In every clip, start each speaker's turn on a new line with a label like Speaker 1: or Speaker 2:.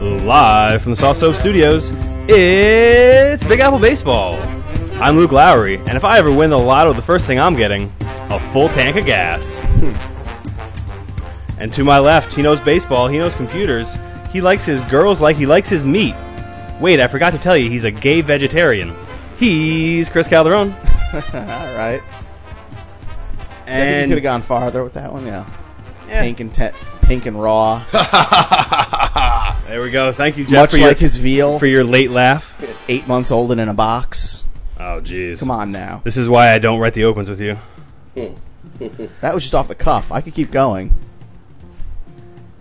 Speaker 1: live from the Soft Soap Studios, it's Big Apple Baseball. I'm Luke Lowry, and if I ever win the lotto, the first thing I'm getting a full tank of gas. and to my left, he knows baseball, he knows computers, he likes his girls like he likes his meat. Wait, I forgot to tell you, he's a gay vegetarian. He's Chris Calderon.
Speaker 2: All right. I think you
Speaker 1: And
Speaker 2: could have gone farther with that one, yeah.
Speaker 1: Yeah.
Speaker 2: Pink and te- pink and raw,
Speaker 1: there we go. Thank you, Jeff,
Speaker 2: much
Speaker 1: for,
Speaker 2: like
Speaker 1: your,
Speaker 2: his veal,
Speaker 1: for your late laugh.
Speaker 2: eight months old and in a box.
Speaker 1: Oh, jeez.
Speaker 2: Come on now,
Speaker 1: This is why I don't write the opens with you.
Speaker 2: that was just off the cuff. I could keep going.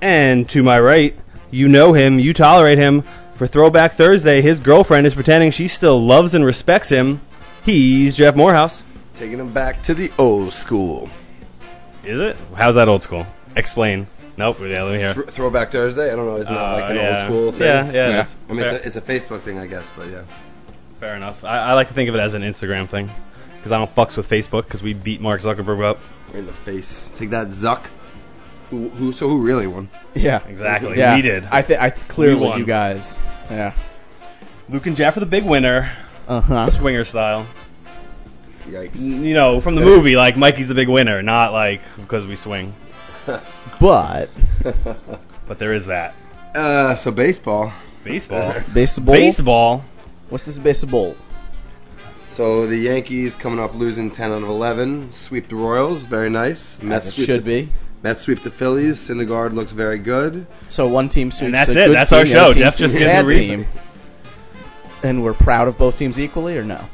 Speaker 1: And to my right, you know him, you tolerate him. For Throwback Thursday, his girlfriend is pretending she still loves and respects him. He's Jeff Morehouse.
Speaker 3: Taking them back to the old school.
Speaker 1: Is it? How's that old school? Explain. Nope. Yeah, let me hear.
Speaker 3: Th- Throwback Thursday. I don't know. Isn't that
Speaker 1: Uh,
Speaker 3: like an
Speaker 1: yeah.
Speaker 3: old school thing?
Speaker 1: Yeah, yeah. it
Speaker 2: Yeah.
Speaker 1: is.
Speaker 3: I mean,
Speaker 1: fair,
Speaker 3: it's a, it's a Facebook thing, I guess, but yeah.
Speaker 1: fair enough. I, I like to think of it as an Instagram thing because I don't fucks with Facebook because we beat Mark Zuckerberg up.
Speaker 3: Right in the face. Take that, Zuck. Who, who? So who really won?
Speaker 2: Yeah,
Speaker 1: Exactly.
Speaker 2: yeah.
Speaker 1: We did.
Speaker 2: I think I
Speaker 1: We
Speaker 2: clearly
Speaker 1: won.
Speaker 2: you guys. Yeah.
Speaker 1: Luke and Jeff are the big winner,
Speaker 2: Uh huh.
Speaker 1: swinger style.
Speaker 3: Yikes.
Speaker 1: You know, from the movie, like Mikey's the big winner, not like because we swing.
Speaker 2: But
Speaker 1: But there is that.
Speaker 3: Uh, so baseball.
Speaker 1: Baseball.
Speaker 2: baseball.
Speaker 1: Baseball.
Speaker 2: What's this baseball?
Speaker 3: So the Yankees coming off losing 10 out of 11, sweep the Royals, very nice.
Speaker 2: As it should
Speaker 3: the,
Speaker 2: be.
Speaker 3: Mets sweep the Phillies. Syndergaard looks very good.
Speaker 2: So one team sweeps
Speaker 1: And that's
Speaker 2: a
Speaker 1: it.
Speaker 2: good
Speaker 1: That's
Speaker 2: team,
Speaker 1: our
Speaker 2: the
Speaker 1: show.
Speaker 2: other team
Speaker 1: Jeff just
Speaker 2: sweeps a
Speaker 1: gets
Speaker 2: bad
Speaker 1: the
Speaker 2: team. And we're proud of both teams equally, or no?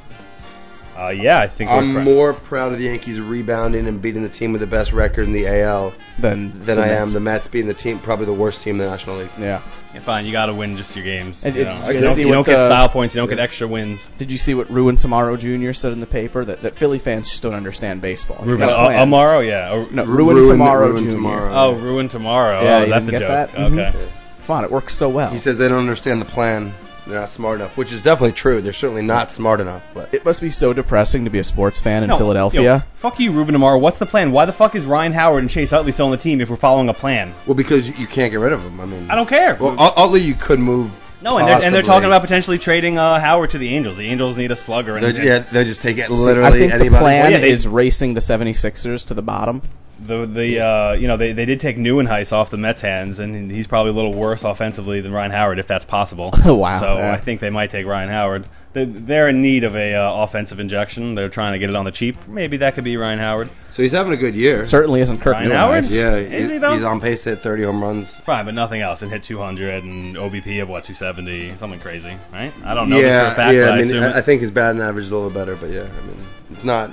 Speaker 1: Uh, yeah, I think
Speaker 3: I'm
Speaker 1: we're correct.
Speaker 3: more proud of the Yankees rebounding and beating the team with the best record in the AL
Speaker 2: Then
Speaker 3: than
Speaker 2: the
Speaker 3: I am
Speaker 2: Mets.
Speaker 3: the Mets being the team probably the worst team in the National League.
Speaker 2: Yeah.
Speaker 1: Yeah, fine. You got to win just your games.
Speaker 2: And
Speaker 1: you
Speaker 2: did
Speaker 1: know.
Speaker 2: you
Speaker 1: You
Speaker 2: guys
Speaker 1: don't,
Speaker 2: see
Speaker 1: you
Speaker 2: what,
Speaker 1: don't get
Speaker 2: uh,
Speaker 1: style points. You don't get extra wins.
Speaker 2: Did you see what Ruin Tomorrow Jr. said in the paper that, that Philly fans just don't understand baseball? He's
Speaker 1: Ruin
Speaker 2: got a plan.
Speaker 1: uh, Amaro, yeah. Or-
Speaker 2: no,
Speaker 3: Ru-
Speaker 2: Ruin,
Speaker 3: Ruin-
Speaker 2: Tomorrow
Speaker 3: Ruin
Speaker 2: Jr.
Speaker 3: Tomorrow.
Speaker 1: Oh, ruin tomorrow.
Speaker 2: Yeah,
Speaker 1: oh,
Speaker 2: you
Speaker 1: is that
Speaker 2: didn't
Speaker 1: the
Speaker 2: get
Speaker 1: joke?
Speaker 2: that? Mm-hmm.
Speaker 1: Okay.
Speaker 2: Come on, it works so well.
Speaker 3: He says they don't understand the plan. They're not smart enough, which is definitely true. They're certainly not smart enough, but
Speaker 2: it must be so depressing to be a sports fan in
Speaker 1: No,
Speaker 2: Philadelphia.
Speaker 1: yo, fuck you, Ruben Amaro. What's the plan? Why the fuck is Ryan Howard and Chase Utley still on the team if we're following a plan?
Speaker 3: well, because you can't get rid of them. I mean,
Speaker 1: I don't care.
Speaker 3: Well, Ut- Utley, you could move.
Speaker 1: no, and they're, and they're
Speaker 3: possibly.
Speaker 1: talking about potentially trading uh, Howard to the Angels. The Angels need a slugger. And,
Speaker 3: They're,
Speaker 1: and
Speaker 3: yeah, they just take it
Speaker 2: See,
Speaker 3: literally
Speaker 2: I think
Speaker 3: anybody.
Speaker 2: the plan
Speaker 1: Well, yeah, they-
Speaker 2: is racing the 76ers to the bottom.
Speaker 1: the the uh, you know they, they did take Neuenheis off the Mets' hands, and he's probably a little worse offensively than Ryan Howard if that's possible.
Speaker 2: Oh, wow.
Speaker 1: So
Speaker 2: Yeah.
Speaker 1: I think they might take Ryan Howard. They- They're in need of a uh, offensive injection. They're trying to get it on the cheap. Maybe that could be Ryan Howard.
Speaker 3: so he's having a good year.
Speaker 2: It certainly isn't Kirk
Speaker 1: Ryan
Speaker 2: Newhouse.
Speaker 1: Howard?
Speaker 3: Yeah,
Speaker 1: Is
Speaker 3: he-
Speaker 1: he, though?
Speaker 3: he's on pace to hit 30 home runs.
Speaker 1: Fine, but nothing else. And hit 200 and OBP of what 270, something crazy, right? I don't know this for a fact,
Speaker 3: yeah.
Speaker 1: but I,
Speaker 3: I mean,
Speaker 1: assume
Speaker 3: I, I
Speaker 1: it.
Speaker 3: think his batting average is a little better, but yeah, I mean, it's not.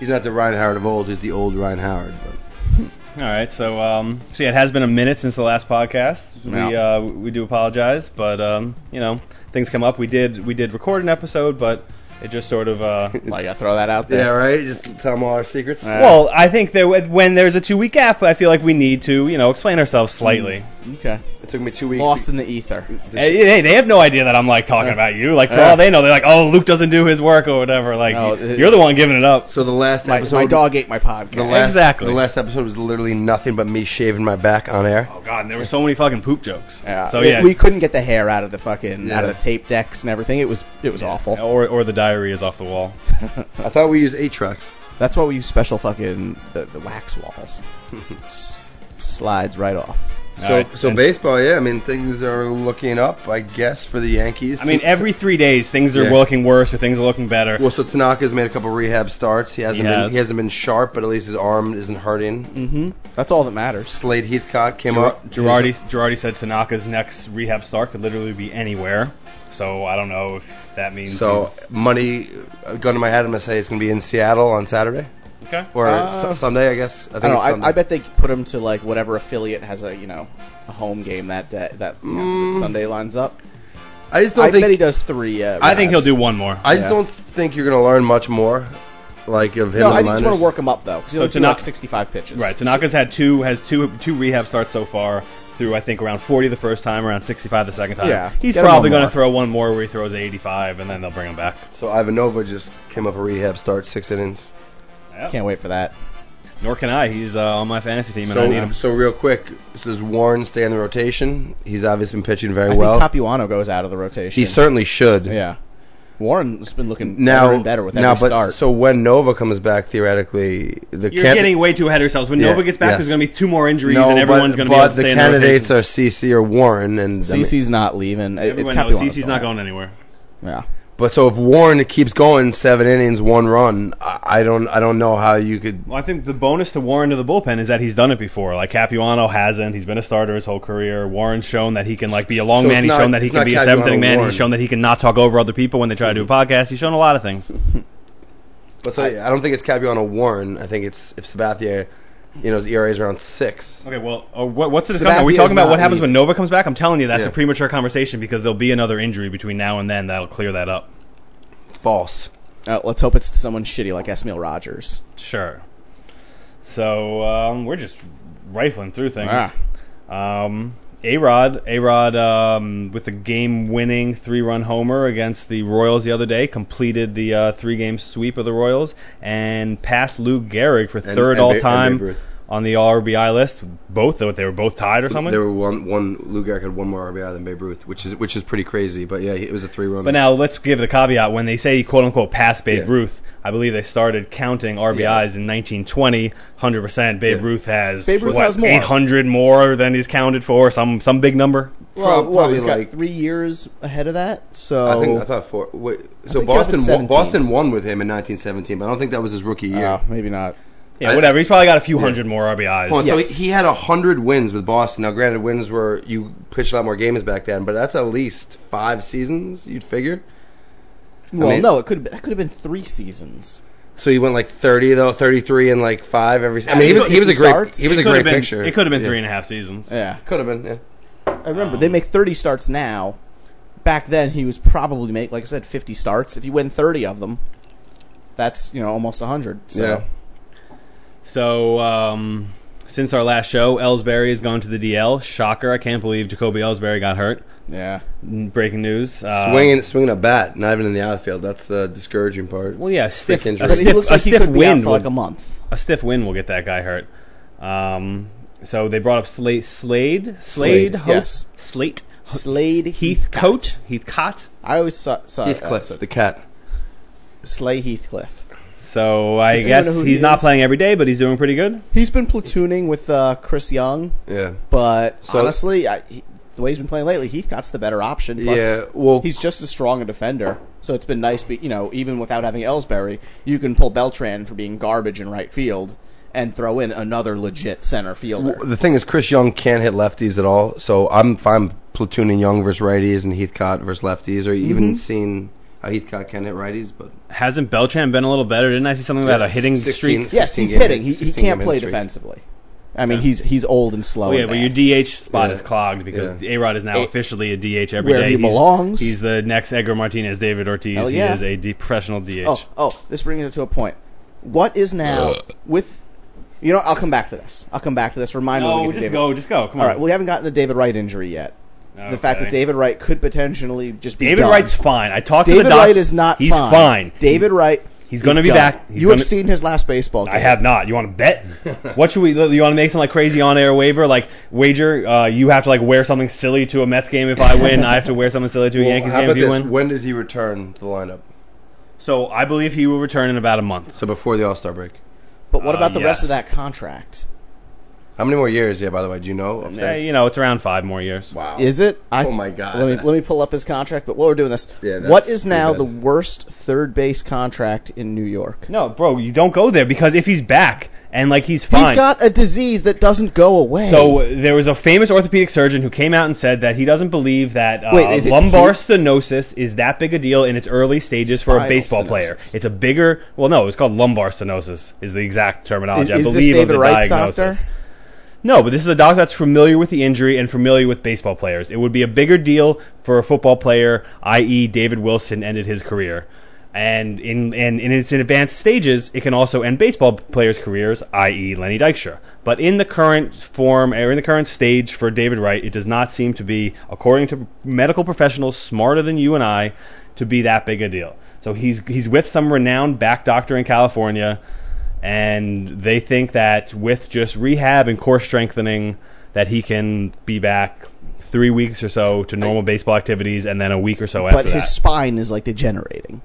Speaker 3: He's not the Ryan Howard of old. He's the old Ryan Howard. But
Speaker 1: All right, so um, so yeah, it has been a minute since the last podcast. We
Speaker 2: Yeah.
Speaker 1: uh, we do apologize, but um, you know things come up. We did we did record an episode, but it just sort of uh,
Speaker 2: Like, I throw that out
Speaker 3: yeah,
Speaker 2: there.
Speaker 3: right. Just tell him all our secrets.
Speaker 2: Yeah.
Speaker 1: Well, I think that when there's a two week gap, I feel like we need to, you know, explain ourselves slightly.
Speaker 2: Okay.
Speaker 3: It took me two weeks.
Speaker 2: Lost
Speaker 3: to-
Speaker 2: in the ether.
Speaker 3: this-
Speaker 1: Hey, hey, they have no idea that I'm like talking about you. Like for
Speaker 2: Yeah.
Speaker 1: all they know, they're like, "Oh, Luke doesn't do his work or whatever." Like
Speaker 2: No,
Speaker 1: you-
Speaker 2: it-
Speaker 1: you're the one giving it up.
Speaker 3: so the last
Speaker 2: My,
Speaker 3: episode,
Speaker 2: my dog ate my podcast.
Speaker 3: The last,
Speaker 1: Exactly.
Speaker 3: The last episode was literally nothing but me shaving my back on air.
Speaker 1: Oh God, and there were so many fucking poop jokes.
Speaker 2: Yeah.
Speaker 1: So
Speaker 2: It-
Speaker 1: yeah,
Speaker 2: we couldn't get the hair out of the fucking out
Speaker 3: Yeah.
Speaker 2: of the tape decks and everything. It was it was awful.
Speaker 1: or or the diarrhea is off the wall.
Speaker 3: I thought we used eight trucks.
Speaker 2: That's why we use special fucking the, the wax walls. S- slides right off.
Speaker 1: All
Speaker 3: So,
Speaker 1: right.
Speaker 3: so
Speaker 1: Uh, And-
Speaker 3: baseball, yeah. I mean, things are looking up, I guess, for the Yankees.
Speaker 1: I mean, every three days things are
Speaker 3: Yeah.
Speaker 1: looking worse or things are looking better.
Speaker 3: well, so Tanaka's made a couple rehab starts. He hasn't
Speaker 1: He
Speaker 3: been
Speaker 1: has.
Speaker 3: he hasn't been sharp, but at least his arm isn't hurting.
Speaker 2: Mm-hmm. That's all that matters.
Speaker 3: Slade Heathcock came
Speaker 1: Ger-
Speaker 3: up.
Speaker 1: Girardi Girardi said Tanaka's next rehab start could literally be anywhere. So I don't know if that means
Speaker 3: So
Speaker 1: he's-
Speaker 3: money, a gun to my head, I'm gonna say it's gonna be in Seattle on Saturday
Speaker 1: okay.
Speaker 3: or
Speaker 2: Uh,
Speaker 3: su- Sunday, I guess. I think
Speaker 2: I don't know.
Speaker 3: it's Sunday.
Speaker 2: I, I bet they put him to like whatever affiliate has a you know a home game that day, that you know, that
Speaker 3: Mm.
Speaker 2: Sunday lines up.
Speaker 3: I just don't
Speaker 2: I
Speaker 3: think
Speaker 2: bet he does three. Uh,
Speaker 1: I think he'll
Speaker 2: reps.
Speaker 1: do one more.
Speaker 3: I just
Speaker 2: Yeah.
Speaker 3: don't think you're gonna learn much more, like of him.
Speaker 2: No,
Speaker 3: and
Speaker 2: I think you want
Speaker 3: Linus.
Speaker 2: to work him up though, because
Speaker 1: So
Speaker 2: he'll do
Speaker 1: Tanaka-
Speaker 2: like 65 pitches.
Speaker 1: Right. Tanaka's had two has two two rehab starts so far through I think around 40 the first time, around 65 the second time.
Speaker 2: Yeah,
Speaker 1: He's
Speaker 2: get him
Speaker 1: probably
Speaker 2: one
Speaker 1: going to
Speaker 2: more.
Speaker 1: throw one more where he throws 85 and then they'll bring him back.
Speaker 3: So Ivanova just came up a rehab start, six innings.
Speaker 1: Yeah.
Speaker 2: Can't wait for that.
Speaker 1: Nor can I. He's uh, on my fantasy team, and I need
Speaker 3: So,
Speaker 1: him.
Speaker 3: so real quick, so does Warren stay in the rotation? He's obviously been pitching very
Speaker 2: I
Speaker 3: well.
Speaker 2: think Capuano goes out of the rotation.
Speaker 3: he certainly should.
Speaker 2: yeah. Warren's been looking
Speaker 3: Now
Speaker 2: better and better with every
Speaker 3: now, but
Speaker 2: start.
Speaker 3: so when Nova comes back, theoretically, the
Speaker 1: You're
Speaker 3: can-
Speaker 1: getting way too ahead of yourselves. When
Speaker 3: Yeah,
Speaker 1: Nova gets back,
Speaker 3: yes.
Speaker 1: there's going to be two more injuries,
Speaker 3: no,
Speaker 1: and everyone's
Speaker 3: but,
Speaker 1: going to be
Speaker 3: but
Speaker 1: able to
Speaker 3: the
Speaker 1: stay
Speaker 3: candidates
Speaker 1: in
Speaker 3: are CC or Warren, and I mean-
Speaker 2: CC's not leaving. It-
Speaker 1: the
Speaker 2: It's
Speaker 1: rotation. Everyone knows
Speaker 2: Capuano's
Speaker 1: CC's not
Speaker 2: going
Speaker 1: going anywhere.
Speaker 2: out. Yeah.
Speaker 3: But so if Warren keeps going seven innings, one run, I, I don't I don't know how you could.
Speaker 1: Well, I think the bonus to Warren to the bullpen is that he's done it before. Like Capuano hasn't. He's been a starter his whole career. Warren's shown that he can like be a long
Speaker 3: So
Speaker 1: man.
Speaker 3: it's
Speaker 1: He's
Speaker 3: not-
Speaker 1: shown that he
Speaker 3: it's
Speaker 1: can
Speaker 3: not
Speaker 1: be a
Speaker 3: Capuano,
Speaker 1: seventh inning man.
Speaker 3: Warren.
Speaker 1: He's shown that he can not talk over other people when they try to do a podcast. He's shown a lot of things.
Speaker 3: But so I, I don't think it's Capuano Warren. I think it's if Sabathia, you know, his ERA is around six.
Speaker 1: Okay, well, uh, what, what's the discussion? Are we
Speaker 2: Sabathia's
Speaker 1: talking about
Speaker 2: not
Speaker 1: what happens when
Speaker 2: leaving.
Speaker 1: Nova comes back? I'm telling you, that's
Speaker 3: Yeah.
Speaker 1: a premature conversation because there'll be another injury between now and then that'll clear that up.
Speaker 3: False.
Speaker 2: Uh, let's hope it's someone shitty like Esmail Rogers.
Speaker 1: Sure. So um, we're just rifling through things.
Speaker 2: Ah.
Speaker 1: Um, A-Rod, A-Rod um, with a game-winning three-run homer against the Royals the other day, completed the uh, three-game sweep of the Royals and passed Lou Gehrig for
Speaker 3: And-
Speaker 1: third
Speaker 3: and Ba- and Babe
Speaker 1: all-time
Speaker 3: Ruth.
Speaker 1: on the RBI list. Both, though, they were both tied or something.
Speaker 3: There were one one Lou Gehrig had one more RBI than Babe Ruth, which is which is pretty crazy. But yeah, it was a three run.
Speaker 1: But now let's give the caveat when they say quote unquote pass Babe
Speaker 3: Yeah.
Speaker 1: Ruth. I believe they started counting RBIs in 1920. 100%. Babe
Speaker 3: Yeah.
Speaker 1: Ruth has
Speaker 2: Babe Ruth
Speaker 1: what,
Speaker 2: has more.
Speaker 1: 800 more than he's counted for. Some some big number.
Speaker 2: Well, well
Speaker 3: probably
Speaker 2: he's
Speaker 3: like-
Speaker 2: got three years ahead of that, so
Speaker 3: I think I thought four. Wait, so
Speaker 2: think he was at
Speaker 3: Boston won,
Speaker 2: 17.
Speaker 3: Boston won with him in 1917, but I don't think that was his rookie year.
Speaker 2: Oh, maybe not.
Speaker 1: Yeah,
Speaker 3: I-
Speaker 1: whatever. He's probably got a few
Speaker 3: Yeah.
Speaker 1: hundred more RBIs.
Speaker 3: Hold on,
Speaker 2: Yes.
Speaker 3: So he, he had hundred wins with Boston. Now, granted, wins were you pitched a lot more games back then, but that's at least five seasons you'd figure.
Speaker 2: Well,
Speaker 3: mean-
Speaker 2: no, it could have been, that could have been three seasons.
Speaker 3: So he went like thirty though, thirty-three and like five every. I
Speaker 2: Yeah,
Speaker 3: mean, he
Speaker 2: he
Speaker 3: was
Speaker 2: got
Speaker 3: he was a
Speaker 2: 50
Speaker 3: great
Speaker 2: starts.
Speaker 3: he was
Speaker 1: It
Speaker 3: a
Speaker 1: could
Speaker 3: great
Speaker 1: have been,
Speaker 3: picture.
Speaker 1: It could have been
Speaker 3: Yeah.
Speaker 1: three and a half seasons.
Speaker 2: Yeah,
Speaker 3: Could have been. Yeah.
Speaker 2: I remember
Speaker 1: Um,
Speaker 2: they make 30 starts now. Back then, he was probably make like I said 50 starts. If you win 30 of them, that's you know almost 100. So.
Speaker 3: Yeah.
Speaker 1: So um, since our last show, Ellsbury has gone to the DL. Shocker! I can't believe Jacoby Ellsbury got hurt.
Speaker 2: Yeah.
Speaker 1: Breaking news. Uh,
Speaker 3: swinging swinging a bat, not even in the outfield. That's the discouraging part.
Speaker 1: Well, yeah, a stiff,
Speaker 3: Freak
Speaker 1: a
Speaker 3: injury.
Speaker 2: But
Speaker 1: stiff,
Speaker 2: he looks
Speaker 1: a
Speaker 2: like he
Speaker 1: stiff
Speaker 2: could be out
Speaker 1: wind
Speaker 2: for
Speaker 1: would
Speaker 2: like a month.
Speaker 1: a stiff wind will get that guy hurt. Um, so they brought up Slade, Slade,
Speaker 2: Slade,
Speaker 1: Slade, Hope,
Speaker 2: yes.
Speaker 1: Slate,
Speaker 2: Slade
Speaker 1: Heathcote, Heathcott.
Speaker 2: I always saw, saw
Speaker 3: Heathcliff,
Speaker 2: Uh,
Speaker 3: the cat.
Speaker 2: Slay Heathcliff.
Speaker 1: So I
Speaker 2: Does anyone
Speaker 1: guess
Speaker 2: know who
Speaker 1: he's
Speaker 2: he
Speaker 1: not
Speaker 2: is?
Speaker 1: playing every day, but he's doing pretty good.
Speaker 2: He's been platooning with uh, Chris Young,
Speaker 3: Yeah.
Speaker 2: but
Speaker 3: So-
Speaker 2: honestly, I, he, the way he's been playing lately, Heathcott's the better option. Plus,
Speaker 3: yeah. Well,
Speaker 2: He's just as strong a defender, so it's been nice. Be, you know, even without having Ellsbury, you can pull Beltran for being garbage in right field and throw in another legit center fielder.
Speaker 3: Well, the thing is, Chris Young can't hit lefties at all, so I'm fine platooning Young versus righties and Heathcott versus lefties, or even
Speaker 2: Mhm.
Speaker 3: seeing how Heathcott can hit righties. But
Speaker 1: Hasn't Beltran been a little better? Didn't I see something about a hitting
Speaker 3: 16
Speaker 1: streak?
Speaker 2: yes,
Speaker 3: 16
Speaker 2: he's
Speaker 3: game-
Speaker 2: hitting. He, he
Speaker 3: 16
Speaker 2: can't
Speaker 3: game
Speaker 2: play
Speaker 3: hitting streak.
Speaker 2: defensively. I mean, he's he's old and slow.
Speaker 1: Oh, yeah,
Speaker 2: and
Speaker 1: but
Speaker 2: bad.
Speaker 1: your DH spot
Speaker 3: Yeah.
Speaker 1: is clogged because
Speaker 3: Yeah.
Speaker 1: Arod is now
Speaker 2: A-
Speaker 1: officially a DH every day.
Speaker 2: where he
Speaker 1: He's-
Speaker 2: belongs.
Speaker 1: He's the next Edgar Martinez, David Ortiz.
Speaker 2: Hell
Speaker 1: He
Speaker 2: yeah.
Speaker 1: is a de- professional DH.
Speaker 2: Oh, oh, this brings it to a point. What is now with? You know, I'll come back to this. I'll come back to this. Remind me. when
Speaker 1: no,
Speaker 2: we get to
Speaker 1: just
Speaker 2: David.
Speaker 1: go, just go. Come
Speaker 2: All
Speaker 1: on.
Speaker 2: right, we haven't gotten the David Wright injury yet. The fact that
Speaker 1: Okay.
Speaker 2: David Wright could potentially just be
Speaker 1: David
Speaker 2: done.
Speaker 1: Wright's fine. I talked to the
Speaker 2: David
Speaker 1: doctor.
Speaker 2: Wright is not.
Speaker 1: He's
Speaker 2: fine.
Speaker 1: fine.
Speaker 2: David Wright.
Speaker 1: He's gonna
Speaker 2: is
Speaker 1: be
Speaker 2: done.
Speaker 1: back. He's
Speaker 2: you
Speaker 1: gonna-
Speaker 2: have seen his last baseball game.
Speaker 1: I have not. You want to bet? what should we? You want to make some like crazy on-air waiver, like wager? Uh, you have to like wear something silly to a Mets game if I win. I have to wear something silly to a
Speaker 3: Well,
Speaker 1: Yankees
Speaker 3: how
Speaker 1: game
Speaker 3: about
Speaker 1: if you
Speaker 3: this?
Speaker 1: win.
Speaker 3: When does he return to the lineup?
Speaker 1: So I believe he will return in about a month.
Speaker 3: So before the All Star break.
Speaker 2: But what
Speaker 1: Uh,
Speaker 2: about the rest of
Speaker 1: yes.
Speaker 2: that contract?
Speaker 3: How many more years? Yeah, by the way, do you know? Off
Speaker 1: Yeah,
Speaker 3: that?
Speaker 1: you know, it's around five more years.
Speaker 3: Wow.
Speaker 2: Is it? I,
Speaker 3: Oh my God.
Speaker 2: Let me let me pull up his contract. But while we're doing this,
Speaker 3: Yeah, that's
Speaker 2: what is now
Speaker 3: pretty
Speaker 2: the
Speaker 3: bad.
Speaker 2: worst third base contract in New York?
Speaker 1: No, bro, you don't go there because if he's back and like he's fine.
Speaker 2: He's got a disease that doesn't go away.
Speaker 1: so uh, there was a famous orthopedic surgeon who came out and said that he doesn't believe that uh,
Speaker 2: Wait, is it
Speaker 1: lumbar
Speaker 2: he-
Speaker 1: stenosis is that big a deal in its early stages for a
Speaker 2: Spinal
Speaker 1: baseball
Speaker 2: stenosis.
Speaker 1: player. It's a bigger, well, no, it's called lumbar stenosis is the exact
Speaker 2: is,
Speaker 1: terminology. I
Speaker 2: is
Speaker 1: believe
Speaker 2: this
Speaker 1: of
Speaker 2: David
Speaker 1: the
Speaker 2: Wright's
Speaker 1: diagnosis.
Speaker 2: doctor?
Speaker 1: No, but this is a doctor that's familiar with the injury and familiar with baseball players. It would be a bigger deal for a football player, i.e., David Wilson ended his career. And in, and in its advanced stages, it can also end baseball players' careers, i.e., Lenny Dykstra. But in the current form, or in the current stage for David Wright, it does not seem to be, according to medical professionals smarter than you and I, to be that big a deal. So he's, he's with some renowned back doctor in California and they think that with just rehab and core strengthening, that he can be back three weeks or so to normal baseball activities, and then a week or so
Speaker 2: But
Speaker 1: after
Speaker 2: his
Speaker 1: that.
Speaker 2: spine is like degenerating.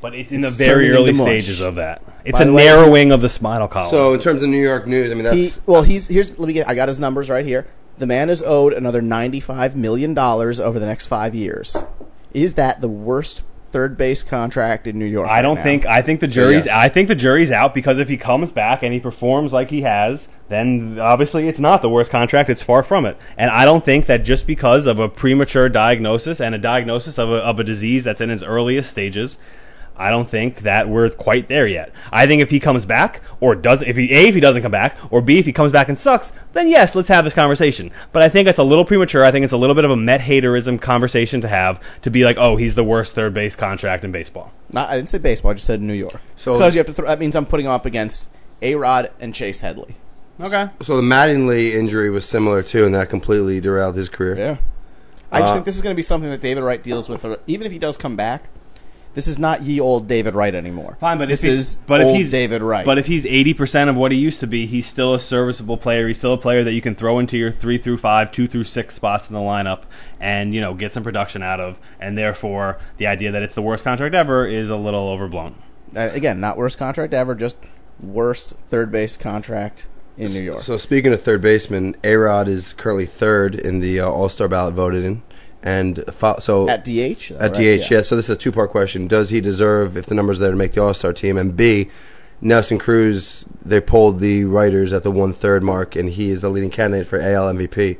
Speaker 1: But it's in the
Speaker 2: it's
Speaker 1: very
Speaker 2: turning
Speaker 1: early
Speaker 2: into mush.
Speaker 1: stages of that. It's
Speaker 2: By
Speaker 1: a
Speaker 2: the way-
Speaker 1: narrowing of the spinal column.
Speaker 3: So in terms of New York news, I mean
Speaker 2: He
Speaker 3: that's
Speaker 2: well, he's here's let me get I got his numbers right here. The man is owed another 95 million dollars over the next 5 years. Is that the worst third base contract in New York?
Speaker 1: I don't
Speaker 2: right now?
Speaker 1: think. I think the jury's.
Speaker 3: yes.
Speaker 1: I think the jury's out because if he comes back and he performs like he has, then obviously it's not the worst contract. It's far from it. And I don't think that just because of a premature diagnosis and a diagnosis of a, of a disease that's in its earliest stages. I don't think that we're quite there yet. I think if he comes back, or does if he a if he doesn't come back, or b if he comes back and sucks, then yes, let's have this conversation. But I think it's a little premature. I think it's a little bit of a Met haterism conversation to have to be like, oh, he's the worst third base contract in baseball.
Speaker 2: Not, I didn't say baseball. I just said New York.
Speaker 3: So-
Speaker 2: Because you have to throw. That means I'm putting him up against A Rod and Chase Headley.
Speaker 1: Okay.
Speaker 3: so the Mattingly injury was similar too, and that completely derailed his career.
Speaker 2: I just
Speaker 3: Uh,
Speaker 2: think this is going to be something that David Wright deals with, uh, even if he does come back. This is not ye old David Wright anymore.
Speaker 1: Fine, but
Speaker 2: this
Speaker 1: if he's,
Speaker 2: is
Speaker 1: but
Speaker 2: old
Speaker 1: if he's
Speaker 2: David Wright.
Speaker 1: But if he's 80% of what he used to be, he's still a serviceable player. He's still a player that you can throw into your three through five, two through six spots in the lineup, and you know get some production out of. And therefore, the idea that it's the worst contract ever is a little overblown.
Speaker 2: uh, again, not worst contract ever, just worst third base contract in New York.
Speaker 3: So speaking of third baseman, Arod is currently third in the uh, All Star ballot voted in, and fo- so
Speaker 2: at DH. Though,
Speaker 3: At
Speaker 2: right?
Speaker 3: DH, yeah. So this is a two-part question: Does he deserve, if the numbers there, to make the All-Star team? And B, Nelson Cruz, they polled the writers at the one-third mark, and he is the leading candidate for AL MVP.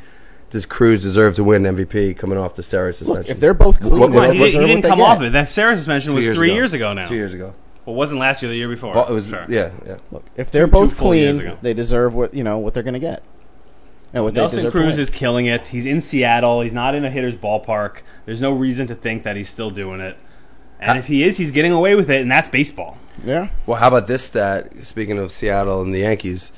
Speaker 3: Does Cruz deserve to win MVP coming off the steroid suspension?
Speaker 2: Look, if they're both clean,
Speaker 3: What-
Speaker 2: they
Speaker 3: what-
Speaker 1: Well,
Speaker 2: don't
Speaker 1: he,
Speaker 3: was
Speaker 1: he
Speaker 2: deserve what
Speaker 1: didn't
Speaker 2: they
Speaker 1: come
Speaker 2: get.
Speaker 1: off it. That Sarah suspension was three years ago now.
Speaker 3: Two years ago.
Speaker 1: Well, it wasn't last year, the year before.
Speaker 3: Well, it was
Speaker 1: Sure.
Speaker 3: yeah, yeah.
Speaker 2: Look, if they're both
Speaker 1: full years
Speaker 2: clean,
Speaker 1: ago.
Speaker 2: they deserve what you know what they're going to get. And what they
Speaker 1: Nelson
Speaker 2: deserve to
Speaker 1: Cruz
Speaker 2: win.
Speaker 1: is killing it. He's in Seattle. He's not in a hitter's ballpark. There's no reason to think that he's still doing it. And if he is, he's getting away with it, and that's baseball.
Speaker 2: yeah.
Speaker 3: Well, how about this stat? Speaking of Seattle and the Yankees,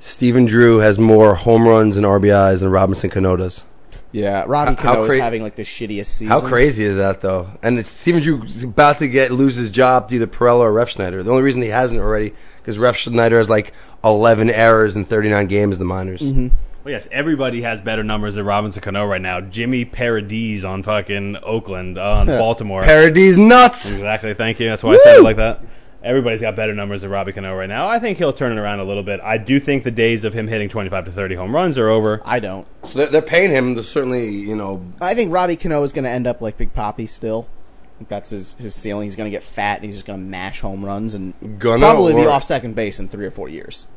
Speaker 3: Steven Drew has more home runs and RBIs than Robinson Cano does.
Speaker 2: Yeah, Robbie
Speaker 3: H- how
Speaker 2: Cano is
Speaker 3: cra-
Speaker 2: having like the shittiest season.
Speaker 3: How crazy is that though? And it's Steven Drew's about to get lose his job to either Perella or Ref Schneider. The only reason he hasn't already because Ref Schneider has like 11 errors in 39 games in the minors.
Speaker 2: Mhm.
Speaker 1: Well, yes, everybody has better numbers than Robinson Cano right now. Jimmy Paradis on fucking Oakland, uh, on
Speaker 2: Yeah.
Speaker 1: Baltimore.
Speaker 3: Paradis nuts.
Speaker 1: exactly. Thank you. That's why I said it like that. Everybody's got better numbers than Robbie Cano right now. I think he'll turn it around a little bit. I do think the days of him hitting 25 to 30 home runs are over.
Speaker 2: I don't.
Speaker 3: So they're, they're paying him. to certainly you know.
Speaker 2: I think Robbie Cano is going to end up like Big Poppy still. I think That's his his ceiling. He's going to get fat and he's just going to mash home runs and
Speaker 3: Gonna
Speaker 2: probably be
Speaker 3: work.
Speaker 2: off second base in three or four years.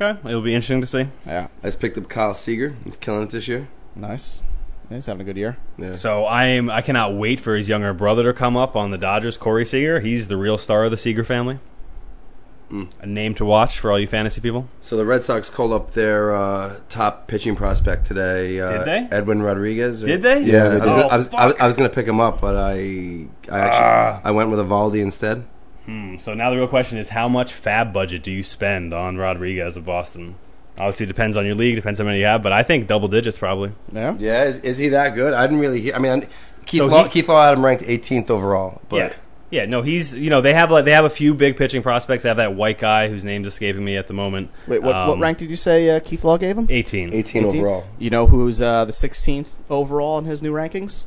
Speaker 1: Okay, it'll be interesting to see.
Speaker 2: Yeah,
Speaker 3: I just picked up Kyle Seager. He's killing it this year.
Speaker 2: nice. Yeah, He's having a good year.
Speaker 3: Yeah.
Speaker 1: So I am. I cannot wait for his younger brother to come up on the Dodgers. Corey Seager. He's the real star of the Seager family.
Speaker 3: Mm.
Speaker 1: A name to watch for all you fantasy people.
Speaker 3: So the Red Sox called up their uh, top pitching prospect today. Uh,
Speaker 1: Did they?
Speaker 3: Edwin Rodriguez. or-
Speaker 1: Did they?
Speaker 3: Yeah,
Speaker 1: Yeah, they
Speaker 3: I, was,
Speaker 1: did.
Speaker 3: I,
Speaker 1: Oh,
Speaker 3: was, I, was,
Speaker 1: fuck.
Speaker 3: I was gonna pick him up, but I I actually
Speaker 1: Ah.
Speaker 3: I went with Evaldi instead.
Speaker 1: Hmm. So now the real question is, how much fab budget do you spend on Rodriguez of Boston? Obviously, it depends on your league, depends how many you have, but I think double digits probably.
Speaker 2: Yeah.
Speaker 3: Yeah, is, is he that good? I didn't really hear. I mean, Keith,
Speaker 1: So
Speaker 3: Law,
Speaker 1: he-
Speaker 3: Keith Law had him ranked 18th overall. But
Speaker 1: yeah. Yeah, no, he's you know they have like they have a few big pitching prospects. They have that white guy whose name's escaping me at the moment.
Speaker 2: Wait, what, what
Speaker 1: Um,
Speaker 2: rank did you say uh, Keith Law gave him?
Speaker 1: 18.
Speaker 3: 18
Speaker 2: 18?
Speaker 3: overall.
Speaker 2: You know who's uh, the 16th overall in his new rankings?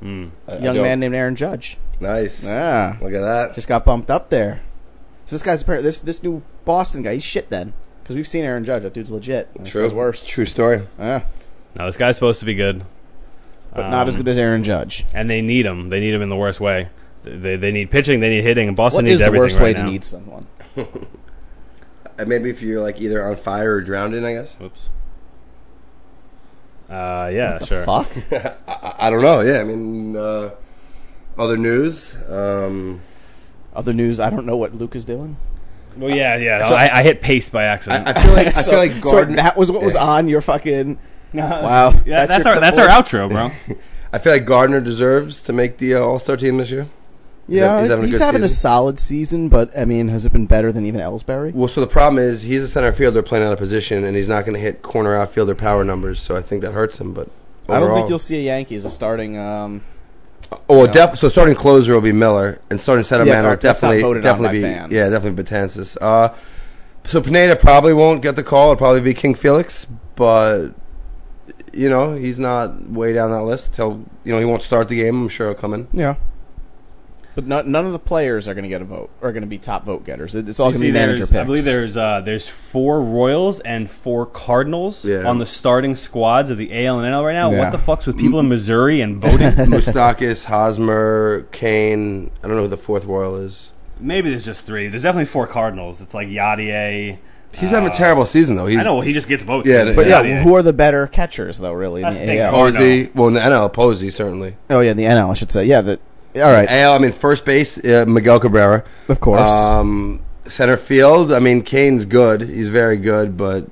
Speaker 1: Hmm.
Speaker 3: I- I
Speaker 2: Young
Speaker 3: don't-
Speaker 2: man named Aaron Judge.
Speaker 3: Nice.
Speaker 2: Yeah.
Speaker 3: Look at that.
Speaker 2: Just got bumped up there. So this guy's apparently this this new Boston guy. He's shit then because we've seen Aaron Judge. That dude's legit. This
Speaker 3: True.
Speaker 2: guy's worse.
Speaker 3: True story.
Speaker 2: Yeah,
Speaker 1: Now this guy's supposed to be good,
Speaker 2: Ah. but not
Speaker 1: Um,
Speaker 2: as good as Aaron Judge.
Speaker 1: and they need him. They need him in the worst way. They, they need pitching. They need hitting. And Boston
Speaker 2: What
Speaker 1: needs
Speaker 2: is the
Speaker 1: everything
Speaker 2: worst
Speaker 1: right
Speaker 2: way
Speaker 1: now.
Speaker 2: to need someone?
Speaker 3: Uh, Maybe if you're like either on fire or drowned in, I guess.
Speaker 1: Oops. Uh, yeah,
Speaker 2: What the
Speaker 1: sure.
Speaker 2: fuck?
Speaker 3: I, I- I don't know. Yeah, I mean, uh, other news. Um,
Speaker 2: Other news, I don't know what Luke is doing.
Speaker 1: Well, yeah, yeah.
Speaker 3: So-
Speaker 1: I, I hit paste by accident.
Speaker 3: I, I feel like I
Speaker 2: So-
Speaker 3: feel like
Speaker 2: so
Speaker 3: Gardner.
Speaker 2: that was what was
Speaker 3: Yeah.
Speaker 2: on your fucking.
Speaker 1: wow. Uh, Yeah,
Speaker 2: That's
Speaker 1: that's,
Speaker 2: your
Speaker 1: our that's our outro, bro.
Speaker 3: I feel like Gardner deserves to make the uh, All Star team this year.
Speaker 2: Yeah,
Speaker 3: he's
Speaker 2: he's
Speaker 3: having
Speaker 2: having,
Speaker 3: a good
Speaker 2: a
Speaker 3: season.
Speaker 2: solid season, but I mean, has it been better than even Ellsbury?
Speaker 3: Well, so the problem is he's a center fielder playing out of position, and he's not going to hit corner outfielder power numbers. So I think that hurts him. But
Speaker 2: I don't
Speaker 3: overall-
Speaker 2: think you'll see a Yankees a starting. Um,
Speaker 3: Oh, well,
Speaker 2: No.
Speaker 3: def- so starting closer will be Miller, and starting center
Speaker 2: Yeah,
Speaker 3: man will
Speaker 2: but that's not
Speaker 3: definitely
Speaker 2: voted on
Speaker 3: definitely
Speaker 2: by
Speaker 3: be
Speaker 2: fans.
Speaker 3: yeah definitely Betances. Uh, So Pineda probably won't get the call. It'll probably be King Felix, but you know he's not way down that list. He'll you know he won't start the game. I'm sure he'll come in.
Speaker 2: Yeah. But no, none of the players are going to get a vote. Are going to be top vote getters. It- It's all going to
Speaker 1: See,
Speaker 2: be manager
Speaker 1: there's-
Speaker 2: picks.
Speaker 1: I believe there's uh, there's four Royals and four Cardinals
Speaker 3: Yeah.
Speaker 1: on the starting squads of the AL and NL right now.
Speaker 2: Yeah.
Speaker 1: What the fuck's with people in Missouri and voting?
Speaker 3: Mustakis, Hosmer, Kane. I don't know who the fourth Royal is.
Speaker 1: Maybe there's just three. There's definitely four Cardinals. It's like Yadier.
Speaker 3: He's
Speaker 2: Uh,
Speaker 3: having a terrible season though. He's
Speaker 1: I know well, he just gets votes.
Speaker 3: Yeah,
Speaker 1: He's
Speaker 2: But
Speaker 3: But
Speaker 2: yeah,
Speaker 1: Yadier.
Speaker 2: who are the better catchers though? Really, in
Speaker 1: I
Speaker 2: the
Speaker 1: think
Speaker 2: AL.
Speaker 1: Col-
Speaker 3: Posey. Well, in the NL, Posey certainly.
Speaker 2: oh yeah, in the NL, I should say. Yeah, that. All right,
Speaker 3: AL, I mean first base, uh, Miguel Cabrera.
Speaker 2: of course.
Speaker 3: Um, center field, I mean Kane's good. He's very good, but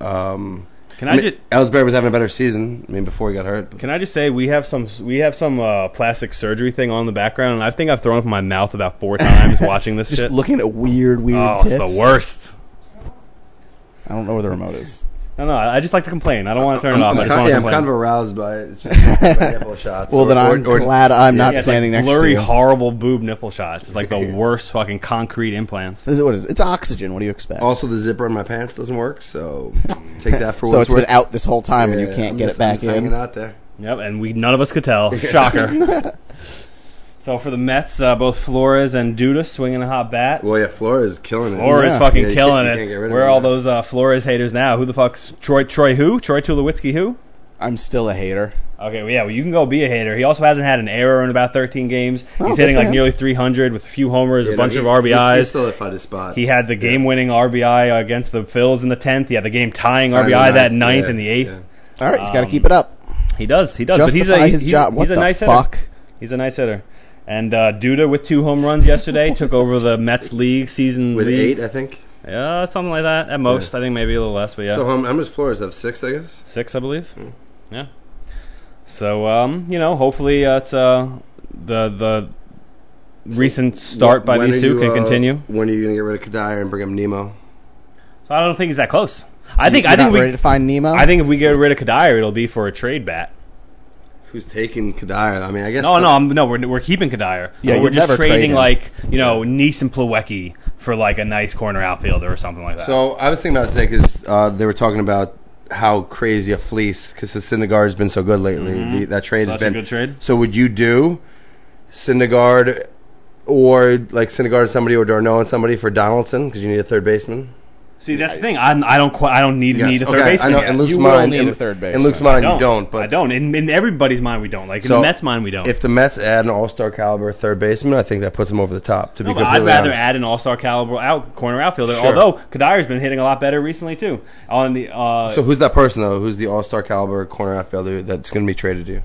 Speaker 3: um,
Speaker 1: Can
Speaker 3: I
Speaker 1: I
Speaker 3: mean,
Speaker 1: just
Speaker 3: Ellsbury was having a better season. I mean before he got hurt. but-
Speaker 1: can I just say we have some we have some uh, plastic surgery thing on in the background, and I think I've thrown up in my mouth about four times watching this
Speaker 2: Just
Speaker 1: shit.
Speaker 2: looking at weird, weird
Speaker 1: oh,
Speaker 2: tits.
Speaker 1: it's the worst.
Speaker 2: I don't know where the remote is.
Speaker 1: No, no, I I just like to complain. I don't want to turn it off.
Speaker 3: I'm,
Speaker 1: I just
Speaker 3: kind,
Speaker 1: want to
Speaker 3: yeah, I'm
Speaker 1: complain.
Speaker 3: kind of aroused by it. By nipple shots
Speaker 2: Well,
Speaker 3: or-
Speaker 2: then
Speaker 3: or-
Speaker 2: I'm
Speaker 3: or-
Speaker 2: glad I'm not
Speaker 1: Yeah, it's
Speaker 2: standing
Speaker 1: like
Speaker 2: next
Speaker 1: blurry,
Speaker 2: to you.
Speaker 1: horrible boob nipple shots. It's like the worst fucking concrete implants.
Speaker 2: This is what it is. It's oxygen. What do you expect?
Speaker 3: Also, the zipper in my pants doesn't work, so take that for
Speaker 2: so
Speaker 3: what
Speaker 2: it's
Speaker 3: it's worth.
Speaker 2: been out this whole time, and
Speaker 3: Yeah,
Speaker 2: you can't
Speaker 3: I'm
Speaker 2: get
Speaker 3: just-
Speaker 2: it back
Speaker 3: I'm just
Speaker 2: in.
Speaker 3: Hanging out there.
Speaker 1: Yep, and we none of us could tell. Shocker. so for the Mets, uh, both Flores and Duda swinging a hot bat.
Speaker 3: Well, yeah, Flores is killing it.
Speaker 1: Flores
Speaker 2: Yeah.
Speaker 1: fucking
Speaker 3: Yeah, you can't-
Speaker 1: killing
Speaker 3: you can't
Speaker 1: it.
Speaker 3: get rid of
Speaker 1: Where are
Speaker 3: him
Speaker 1: all
Speaker 3: now.
Speaker 1: those uh, Flores haters now? Who the fuck's Troy? Troy who? Troy Tulowitzki who?
Speaker 2: I'm still a hater.
Speaker 1: Okay, well, yeah, well, you can go be a hater. He also hasn't had an error in about 13 games.
Speaker 2: Oh,
Speaker 1: he's
Speaker 2: good
Speaker 1: hitting
Speaker 2: for
Speaker 1: like
Speaker 2: him.
Speaker 1: nearly 300 with a few homers,
Speaker 3: You
Speaker 1: a
Speaker 3: know,
Speaker 1: bunch
Speaker 3: he-
Speaker 1: of
Speaker 3: he's- He's
Speaker 1: RBIs.
Speaker 3: still at his spot.
Speaker 1: he had the game-winning RBI against the Phils in the 10th. He had the game-tying
Speaker 3: Time in
Speaker 1: RBI
Speaker 3: the
Speaker 1: that
Speaker 3: ninth,
Speaker 1: ninth
Speaker 3: yeah,
Speaker 1: and the eighth.
Speaker 3: yeah.
Speaker 2: All right, he's got to
Speaker 1: Um,
Speaker 2: keep it up.
Speaker 1: He does, he does.
Speaker 2: Justify
Speaker 1: but he's a
Speaker 2: his
Speaker 1: he's,
Speaker 2: job.
Speaker 1: He's
Speaker 2: what
Speaker 1: a
Speaker 2: the
Speaker 1: nice hitter.
Speaker 2: fuck?
Speaker 1: He's a nice hitter. And uh, Duda with two home runs yesterday took over the Mets league season
Speaker 3: With
Speaker 1: league.
Speaker 3: eight, I think.
Speaker 1: uh, something like that at most. I think maybe a little less, but yeah,
Speaker 3: So Hmm. how how much does Flores have? Six, I guess.
Speaker 1: six, I believe. Yeah. So um, you know, hopefully uh, it's uh, the the recent start by
Speaker 3: When
Speaker 1: these
Speaker 3: are
Speaker 1: two
Speaker 3: you,
Speaker 1: can
Speaker 3: uh,
Speaker 1: continue.
Speaker 3: When are you gonna get rid of Kadir and bring up Nemo?
Speaker 1: So I don't think he's that close. I think
Speaker 2: You're
Speaker 1: I think
Speaker 2: not
Speaker 1: we
Speaker 2: ready to find Nemo.
Speaker 1: I think if we get rid of Kadir, it'll be for a trade bat.
Speaker 3: Who's taking Kadir? I mean, I guess.
Speaker 1: No, no, I'm, no, we're, we're keeping Kadir.
Speaker 2: Yeah,
Speaker 1: But
Speaker 2: you'll
Speaker 1: we're just
Speaker 2: never trade
Speaker 1: trading
Speaker 2: him.
Speaker 1: like you know Nice and Plawecki for like a nice corner outfielder or something like that.
Speaker 3: So I was thinking about it today because uh, they were talking about how crazy a fleece because the Syndergaard has been so good lately. The, that trade
Speaker 1: Mm-hmm. Such
Speaker 3: has been
Speaker 1: a good trade.
Speaker 3: So would you do Syndergaard or like Syndergaard and somebody or Darno and somebody for Donaldson because you need a third baseman?
Speaker 1: See, that's the thing. I'm, I don't. Quite, I don't need
Speaker 3: Yes,
Speaker 1: need a third
Speaker 3: okay,
Speaker 1: baseman.
Speaker 3: I know,
Speaker 1: yet.
Speaker 3: in Luke's
Speaker 2: You will
Speaker 3: mind,
Speaker 2: need
Speaker 3: in,
Speaker 2: a third
Speaker 3: In Luke's
Speaker 2: baseman.
Speaker 3: mind, you don't. But
Speaker 1: I don't. In, in everybody's mind, we don't. Like in
Speaker 3: So,
Speaker 1: the Mets' mind, we don't.
Speaker 3: if the Mets add an All-Star caliber third baseman, I think that puts them over the top. To
Speaker 1: no,
Speaker 3: be
Speaker 1: but
Speaker 3: completely
Speaker 1: I'd rather
Speaker 3: honest.
Speaker 1: add an all-star caliber out corner outfielder.
Speaker 3: Sure.
Speaker 1: Although Kadir's been hitting a lot better recently too. On the uh,
Speaker 3: So who's that person though? Who's the All-Star caliber corner outfielder that's going to be traded to? you?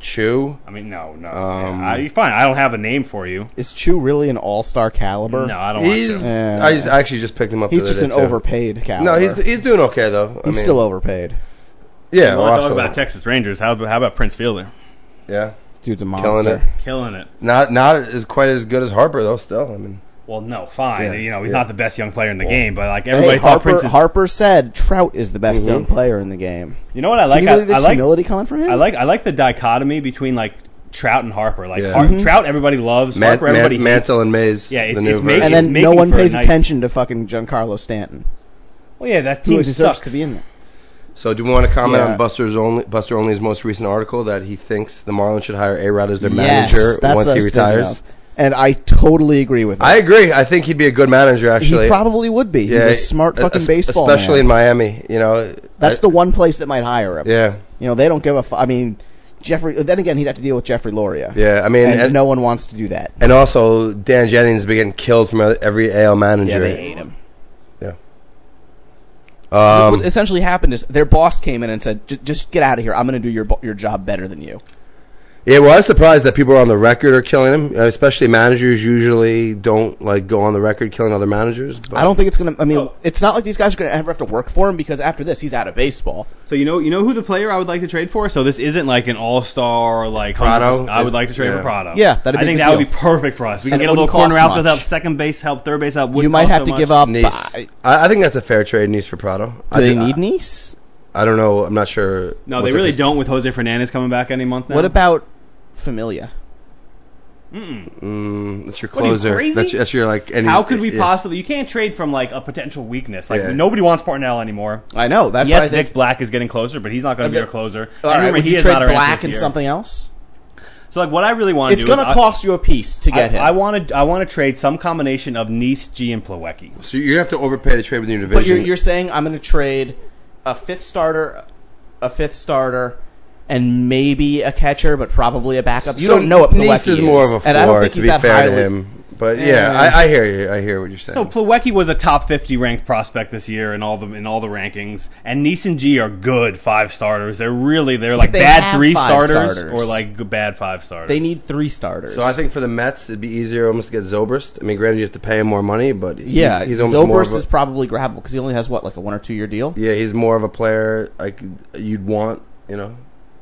Speaker 3: Chu.
Speaker 1: I mean, no, no.
Speaker 3: Um,
Speaker 1: yeah, I, fine. I don't have a name for you.
Speaker 2: Is Chu really an all-star caliber?
Speaker 1: No, I don't want
Speaker 3: He's.
Speaker 1: to.
Speaker 2: Yeah.
Speaker 3: I just, I actually just picked him up.
Speaker 2: he's
Speaker 3: the
Speaker 2: just
Speaker 3: other
Speaker 2: an
Speaker 3: day, too.
Speaker 2: overpaid caliber.
Speaker 3: No, he's he's doing okay though. I
Speaker 2: He's
Speaker 3: mean,
Speaker 2: still overpaid.
Speaker 3: Yeah,
Speaker 1: You
Speaker 3: well,
Speaker 1: want to talk
Speaker 3: absolutely.
Speaker 1: about Texas Rangers? How, how about Prince Fielder?
Speaker 3: yeah,
Speaker 2: Dude's a
Speaker 3: killing
Speaker 2: monster.
Speaker 3: it.
Speaker 1: Killing it.
Speaker 3: Not not as quite as good as Harper though. Still, I mean,
Speaker 1: Well, no, fine.
Speaker 3: Yeah,
Speaker 1: you know, he's
Speaker 3: yeah.
Speaker 1: not the best young player in the game, but like everybody
Speaker 2: Hey,
Speaker 1: thought
Speaker 2: Harper,
Speaker 1: Prince. Is,
Speaker 2: Harper said Trout is the best
Speaker 3: Mhm.
Speaker 2: young player in the game.
Speaker 1: you know what I
Speaker 2: Can
Speaker 1: like?
Speaker 2: you
Speaker 1: I,
Speaker 2: believe
Speaker 1: I
Speaker 2: there's
Speaker 1: like.
Speaker 2: humility coming from him?
Speaker 1: I like. I like the dichotomy between like Trout and Harper. Like
Speaker 3: Yeah.
Speaker 1: Har-
Speaker 2: Mhm.
Speaker 1: Trout, everybody loves.
Speaker 3: Man-
Speaker 1: Harper, everybody
Speaker 3: Man-
Speaker 1: hates.
Speaker 3: Mantle and Mays.
Speaker 1: Yeah, it's-
Speaker 3: the new
Speaker 1: it's making-
Speaker 2: and
Speaker 3: version.
Speaker 1: it's
Speaker 2: then no one
Speaker 1: for a
Speaker 2: pays
Speaker 1: nice-
Speaker 2: attention to fucking Giancarlo Stanton,
Speaker 1: Well, yeah, that
Speaker 2: who
Speaker 1: team
Speaker 2: deserves
Speaker 1: sucks.
Speaker 2: to be in there.
Speaker 3: So, do we want to comment
Speaker 2: Yeah.
Speaker 3: on Buster's only Buster Only's most recent article that he thinks the Marlins should hire A Rod as their
Speaker 2: Yes,
Speaker 3: manager
Speaker 2: that's
Speaker 3: once
Speaker 2: what I
Speaker 3: he
Speaker 2: was thinking
Speaker 3: retires?
Speaker 2: of. And I totally agree with
Speaker 3: I
Speaker 2: that.
Speaker 3: agree. I think he'd be a good manager actually.
Speaker 2: he probably would be.
Speaker 3: Yeah, e-
Speaker 2: he's a smart
Speaker 3: es-
Speaker 2: fucking baseball
Speaker 3: especially
Speaker 2: man.
Speaker 3: in Miami. You know,
Speaker 2: That's
Speaker 3: I-
Speaker 2: the one place that might hire him.
Speaker 3: yeah,
Speaker 2: You know, they don't give a. F- I mean, Jeffrey. Then again, he'd have to deal with Jeffrey Loria.
Speaker 3: yeah. I mean,
Speaker 2: And,
Speaker 3: and,
Speaker 2: no one wants to do that.
Speaker 3: and also Dan Jennings has been getting killed from every AL manager.
Speaker 2: Yeah, they hate him.
Speaker 3: Um,
Speaker 2: what essentially happened is their boss came in and said, "Ju- "Just get out of here. I'm going to do your bo- your job better than you."
Speaker 3: Yeah, well, I was surprised that people on the record are killing him. uh, Especially managers usually don't like go on the record killing other managers. But
Speaker 2: I don't think it's going to. I mean,
Speaker 1: Oh.
Speaker 2: it's not like these guys are going to ever have to work for him because after this, he's out of baseball.
Speaker 1: So you know, you know who the player I would like to trade for. So this isn't like an all-star like.
Speaker 3: Prado?
Speaker 1: 100% I would like to trade
Speaker 3: Yeah.
Speaker 1: for Prado.
Speaker 2: Yeah, that'd be
Speaker 1: I
Speaker 2: a
Speaker 1: think
Speaker 2: good
Speaker 1: that would
Speaker 2: deal.
Speaker 1: be perfect for us. We can
Speaker 2: And it
Speaker 1: get a little
Speaker 2: wouldn't
Speaker 1: corner
Speaker 2: cost
Speaker 1: outfield help,
Speaker 2: much.
Speaker 1: second base help, third base help.
Speaker 2: you might have to give up.
Speaker 3: Nice.
Speaker 2: I-
Speaker 3: I, I think that's a fair trade news for Prado. I
Speaker 2: do they
Speaker 3: do-
Speaker 2: need Nice?
Speaker 3: I, I don't know. I'm not sure.
Speaker 1: No,
Speaker 3: what
Speaker 1: they
Speaker 3: their
Speaker 1: really
Speaker 3: pers-
Speaker 1: don't with Jose Fernandez coming back any month now.
Speaker 2: What about Familia?
Speaker 1: Mm-mm.
Speaker 3: Mm, that's your
Speaker 1: What are you,
Speaker 3: closer.
Speaker 1: crazy?
Speaker 3: That's, that's your like. Any,
Speaker 1: How could we
Speaker 3: yeah.
Speaker 1: possibly? You can't trade from like a potential weakness. Like
Speaker 3: Yeah.
Speaker 1: nobody wants Parnell anymore.
Speaker 2: I know. That's why I
Speaker 1: yes,
Speaker 2: think.
Speaker 1: Nick Black is getting closer, but he's not going to be
Speaker 2: Okay.
Speaker 1: our closer.
Speaker 2: All
Speaker 1: And
Speaker 2: right,
Speaker 1: remember,
Speaker 2: would
Speaker 1: he
Speaker 2: you
Speaker 1: is
Speaker 2: trade
Speaker 1: not our answer
Speaker 2: Black
Speaker 1: this
Speaker 2: and
Speaker 1: year.
Speaker 2: something else?
Speaker 1: So like, what I really want to
Speaker 2: It's
Speaker 1: do is
Speaker 2: going to
Speaker 1: I-
Speaker 2: cost you a piece to get
Speaker 1: I,
Speaker 2: him.
Speaker 1: I want to I want to trade some combination of Nice, G, and Plawecki.
Speaker 3: So you're gonna have to overpay to trade within your division.
Speaker 2: but you're, you're saying I'm going to trade a fifth starter, a fifth starter, and maybe a catcher, but probably a backup. You
Speaker 3: So
Speaker 2: don't know what Pilecki
Speaker 3: Nice is more of a four.
Speaker 2: and I don't think he's
Speaker 3: to be
Speaker 2: that
Speaker 3: fair
Speaker 2: highly.
Speaker 3: to him. But yeah,
Speaker 2: Yeah.
Speaker 3: I, I hear you. I hear what you're saying.
Speaker 1: So Plawecki was a top 50 ranked prospect this year in all the in all the rankings, and Nice and G are good five starters. They're really they're like
Speaker 2: they
Speaker 1: bad
Speaker 2: have
Speaker 1: three
Speaker 2: five
Speaker 1: starters,
Speaker 2: starters.
Speaker 1: or like g- bad five starters.
Speaker 2: They need three starters.
Speaker 3: So I think for the Mets, it'd be easier almost to get Zobrist. I mean, granted, you have to pay him more money, but he's,
Speaker 2: yeah,
Speaker 3: he's almost more of
Speaker 2: Zobrist
Speaker 3: a,
Speaker 2: is probably grabbable because he only has what like a one or two year deal.
Speaker 3: yeah, he's more of a player like you'd want, you know.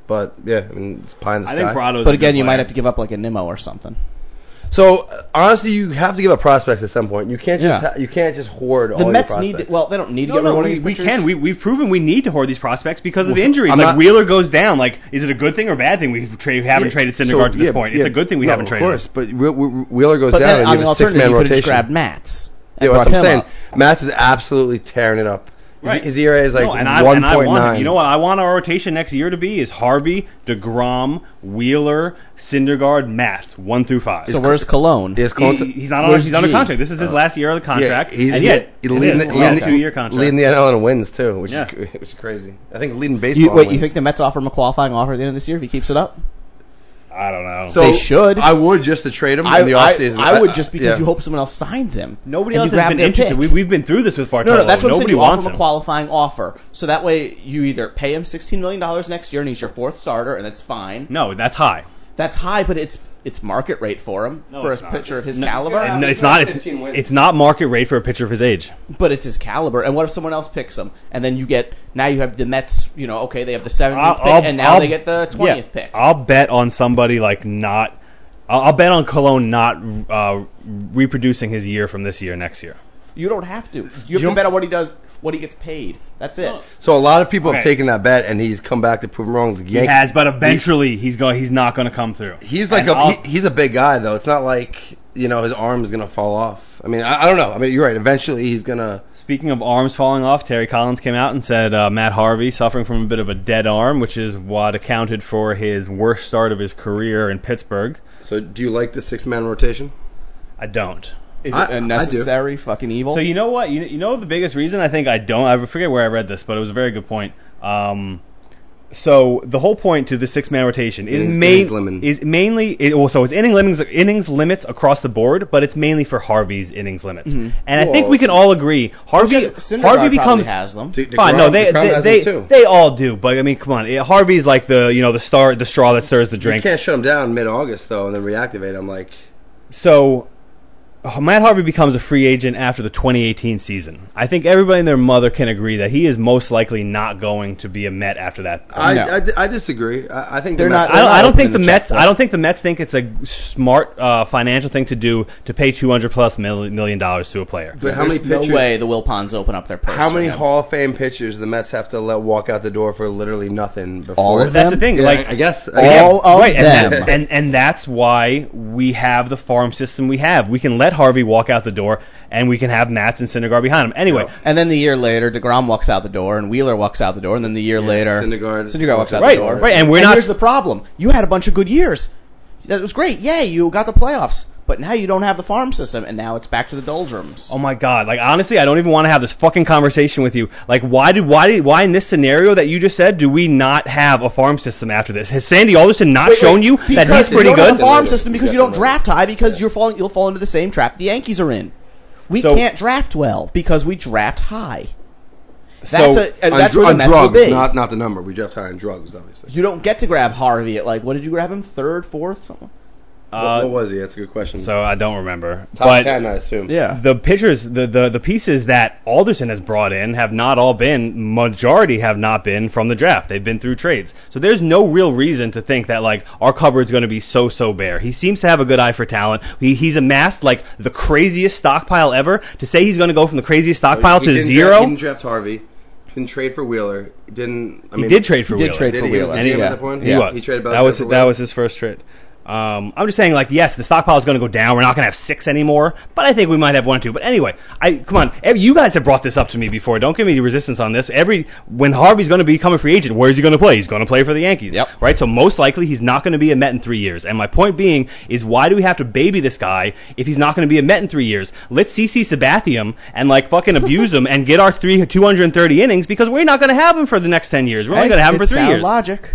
Speaker 3: But yeah, I mean, it's pie in the
Speaker 1: I
Speaker 3: sky.
Speaker 1: think Brado's
Speaker 2: But again, you might have to give up like a Nimmo or something.
Speaker 3: so uh, honestly, you have to give up prospects at some point. You can't just
Speaker 2: Yeah.
Speaker 3: ha- you can't just hoard all
Speaker 2: The
Speaker 3: your
Speaker 2: Mets
Speaker 3: prospects.
Speaker 2: need well, they don't need
Speaker 1: No,
Speaker 2: to get rid of
Speaker 1: no,
Speaker 2: one
Speaker 1: we,
Speaker 2: of these
Speaker 1: we
Speaker 2: pitchers.
Speaker 1: can. We, we've proven we need to hoard these prospects because of
Speaker 3: Well,
Speaker 1: injuries.
Speaker 3: I'm
Speaker 1: like
Speaker 3: not-
Speaker 1: Wheeler goes down. Like, is it a good thing or a bad thing we tra- haven't
Speaker 3: Yeah,
Speaker 1: traded
Speaker 3: so,
Speaker 1: Syndergaard to this
Speaker 3: yeah,
Speaker 1: point?
Speaker 3: yeah,
Speaker 1: it's a good thing we
Speaker 3: no,
Speaker 1: haven't traded.
Speaker 3: Of course, but Whe- Whe- Wheeler goes
Speaker 2: but
Speaker 3: down
Speaker 2: then
Speaker 3: and
Speaker 2: on
Speaker 3: you
Speaker 2: the
Speaker 3: have a
Speaker 2: alternative, you
Speaker 3: six-man
Speaker 2: could have just
Speaker 3: rotation.
Speaker 2: grabbed Mats. and
Speaker 3: Yeah, that's
Speaker 2: brought
Speaker 3: what I'm
Speaker 2: him
Speaker 3: saying.
Speaker 2: up.
Speaker 3: Mats is absolutely tearing it up. His-
Speaker 1: Right.
Speaker 3: His ERA is like
Speaker 1: no, and I, and I
Speaker 3: 1.9.
Speaker 1: want it. you know what I want our rotation next year to be is Harvey, Degrom, Wheeler, Syndergaard, Matz, one through five.
Speaker 2: So where's Cologne?
Speaker 3: He has
Speaker 1: He-
Speaker 3: contact-
Speaker 1: he's not on
Speaker 2: Where's
Speaker 1: he's on a
Speaker 2: G?
Speaker 1: contract. This is his last year of the contract.
Speaker 3: Uh, Yeah, he's
Speaker 1: and yet,
Speaker 3: he's
Speaker 1: it
Speaker 3: leading
Speaker 1: is.
Speaker 3: the,
Speaker 1: He has
Speaker 3: leading
Speaker 1: a
Speaker 3: the-
Speaker 1: two-year contract.
Speaker 3: leading the NL in wins too, which
Speaker 1: Yeah.
Speaker 3: is which is crazy. I think leading baseball.
Speaker 2: You,
Speaker 3: in
Speaker 2: wait, you
Speaker 3: wins.
Speaker 2: think the Mets offer him a qualifying offer at the end of this year if he keeps it up?
Speaker 1: I don't know.
Speaker 3: so
Speaker 2: they should.
Speaker 3: I would just to trade him
Speaker 2: I,
Speaker 3: in the
Speaker 2: I-
Speaker 3: offseason.
Speaker 2: I would just because
Speaker 3: yeah.
Speaker 2: you hope someone else signs him.
Speaker 1: Uh, nobody
Speaker 2: and
Speaker 1: else
Speaker 2: you
Speaker 1: has
Speaker 2: grab
Speaker 1: been
Speaker 2: their
Speaker 1: interested.
Speaker 2: pick.
Speaker 1: We, we've been through this with Bartolo.
Speaker 2: no, no, that's what I'm saying.
Speaker 1: nobody
Speaker 2: You offer
Speaker 1: wants
Speaker 2: him a
Speaker 1: him.
Speaker 2: qualifying offer, so that way you either pay him sixteen million dollars next year and he's your fourth starter, and that's fine.
Speaker 1: No, that's high.
Speaker 2: That's high, but it's it's market rate for him
Speaker 1: No,
Speaker 2: for a
Speaker 1: it's not.
Speaker 2: pitcher of his
Speaker 1: No,
Speaker 2: caliber.
Speaker 1: And
Speaker 3: he's
Speaker 1: it's
Speaker 3: got
Speaker 1: not it's,
Speaker 3: 15 wins.
Speaker 1: it's not market rate for a pitcher of his age.
Speaker 2: But it's his caliber. And what if someone else picks him? And then you get now you have the Mets. You know, okay, they have the 17th pick, and now
Speaker 1: I'll-
Speaker 2: they get the
Speaker 1: yeah,
Speaker 2: 20th pick.
Speaker 1: I'll bet on somebody like not. I'll, I'll bet on Cologne not uh, reproducing his year from this year next year.
Speaker 2: you don't have to. You have
Speaker 3: don't-
Speaker 2: to bet on what he does, what he gets paid. That's it.
Speaker 3: So a lot of people have
Speaker 1: Okay.
Speaker 3: taken that bet, and he's come back to prove them wrong. The
Speaker 1: He
Speaker 3: Yankees-
Speaker 1: has, but eventually he's going. He's not going to come through.
Speaker 3: He's like
Speaker 1: And
Speaker 3: a,
Speaker 1: I'll-
Speaker 3: he, he's a big guy though. It's not like you know his arm is gonna fall off. I mean, I, I don't know. I mean, you're right. Eventually, he's gonna.
Speaker 1: Speaking of arms falling off, Terry Collins came out and said uh, Matt Harvey suffering from a bit of a dead arm, which is what accounted for his worst start of his career in Pittsburgh.
Speaker 3: So, do you like the six-man rotation?
Speaker 1: I don't.
Speaker 2: Is
Speaker 3: I- I
Speaker 2: it
Speaker 3: do.
Speaker 2: a necessary fucking evil?
Speaker 1: So you know what? You, you know the biggest reason I think I don't. I forget where I read this, but it was a very good point. Um, so the whole point to the six-man rotation is
Speaker 3: Innings-
Speaker 1: main-
Speaker 3: innings limit.
Speaker 1: is mainly it, well, so it's inning limits innings limits across the board, but it's mainly for Harvey's innings limits.
Speaker 3: Mm-hmm.
Speaker 1: And I think
Speaker 3: Well-
Speaker 1: we can all agree Harvey Harvey
Speaker 2: Syndergaard probably
Speaker 1: becomes
Speaker 2: has them.
Speaker 3: De-
Speaker 1: Fine,
Speaker 3: DeGrom-
Speaker 1: no, they
Speaker 3: DeGrom has
Speaker 1: they,
Speaker 3: them, too.
Speaker 1: they they all do, but I mean, come on, Yeah, Harvey's like the you know the star the straw that stirs the
Speaker 3: You
Speaker 1: drink.
Speaker 3: can't shut him down mid-August though, and then reactivate him. Like,
Speaker 1: So Matt Harvey becomes a free agent after the 2018 season. I think everybody and their mother can agree that he is most likely not going to be a Met after that.
Speaker 3: I,
Speaker 2: No.
Speaker 3: I, di- I disagree. I, I think
Speaker 2: They're
Speaker 3: the Mets-
Speaker 2: not-
Speaker 1: I don't, I don't think the
Speaker 3: opening
Speaker 1: Mets. I
Speaker 3: checkbook.
Speaker 1: don't think the Mets think it's a smart uh, financial thing to do to pay 200 plus mil- million dollars to a player.
Speaker 3: But how many
Speaker 2: There's
Speaker 3: pitchers?
Speaker 2: no way the Wilpons open up their purse.
Speaker 3: How
Speaker 2: for
Speaker 3: many
Speaker 2: him.
Speaker 3: Hall of Fame pitchers the Mets have to let walk out the door for literally nothing before?
Speaker 2: All of
Speaker 1: That's the
Speaker 2: them?
Speaker 1: thing.
Speaker 3: Yeah,
Speaker 1: like
Speaker 3: I guess all
Speaker 2: All of
Speaker 1: right, And,
Speaker 2: them.
Speaker 1: that- and and that's why we have the farm system we have. We can let Harvey walk out the door, and we can have Mats and Syndergaard behind him. Anyway,
Speaker 2: And then the year later, Degrom walks out the door, and Wheeler walks out the door, and then the year later,
Speaker 3: Syndergaard.
Speaker 2: Syndergaard walks out
Speaker 1: Right,
Speaker 2: the door.
Speaker 1: right, and we're not-
Speaker 2: Here's the problem: you had a bunch of good years. That was great. Yay, you got the playoffs. But now you don't have the farm system, and now it's back to the doldrums.
Speaker 1: oh my God! Like honestly, I don't even want to have this fucking conversation with you. Like why did why did why in this scenario that you just said do we not have a farm system after this? Has Sandy Alderson not
Speaker 2: Wait, wait,
Speaker 1: shown you that
Speaker 2: because
Speaker 1: he's pretty
Speaker 2: You don't have
Speaker 1: good?
Speaker 2: the farm
Speaker 3: Later.
Speaker 2: system because
Speaker 3: You
Speaker 2: you
Speaker 3: got
Speaker 2: don't
Speaker 3: the
Speaker 2: draft high because you're falling. You'll fall into the same trap the Yankees are in. We
Speaker 1: So-
Speaker 2: can't draft well because we draft high. That's
Speaker 1: So,
Speaker 2: a, and
Speaker 3: On
Speaker 2: that's
Speaker 3: dr-
Speaker 2: where the
Speaker 3: on
Speaker 2: Mets
Speaker 3: drugs,
Speaker 2: will be.
Speaker 3: Not, not the number. We draft high on drugs, obviously.
Speaker 2: you don't get to grab Harvey at like what did you grab him third, fourth? Something?
Speaker 1: Uh,
Speaker 3: what, what was he? That's a good question.
Speaker 1: so I don't remember.
Speaker 3: Top
Speaker 1: but
Speaker 3: ten, I assume.
Speaker 2: Yeah.
Speaker 1: the pitchers, the, the the pieces that Alderson has brought in have not all been. Majority have not been from the draft. They've been through trades. So there's no real reason to think that like our cupboard's going to be so so bare. He seems to have a good eye for talent. He, he's amassed like the craziest stockpile ever. To say he's going to go from the craziest stockpile
Speaker 3: He
Speaker 1: to
Speaker 3: didn't
Speaker 1: zero,
Speaker 3: Draft, he didn't draft Harvey. Didn't trade for Wheeler. Didn't. I mean,
Speaker 1: he did trade for
Speaker 2: he did
Speaker 1: Wheeler.
Speaker 2: trade
Speaker 3: Did
Speaker 2: for
Speaker 3: he? He was
Speaker 2: Wheeler.
Speaker 3: the GM
Speaker 2: Yeah.
Speaker 3: at that point?
Speaker 1: He
Speaker 2: Yeah.
Speaker 1: was.
Speaker 3: He traded Bellinger
Speaker 1: that was
Speaker 3: for
Speaker 1: that
Speaker 3: Wheeler?
Speaker 1: was his first trade. Um, I'm just saying, like, yes, the stockpile is going to go down. We're not going to have six anymore, but I think we might have one or two. But anyway, I come on. ev- You guys have brought this up to me before. Don't give me the resistance on this. Every when Harvey's going to become a free agent, where is he going to play? He's going to play for the Yankees,
Speaker 2: Yep.
Speaker 1: right? So most likely he's not going to be a Met in three years. And my point being is, why do we have to baby this guy if he's not going to be a Met in three years? Let's CC Sabathia and like fucking abuse him and get our three 230 innings because we're not going to have him for the next 10 years. We're only going to have him
Speaker 2: It's
Speaker 1: for three
Speaker 2: sound
Speaker 1: years.
Speaker 2: logic.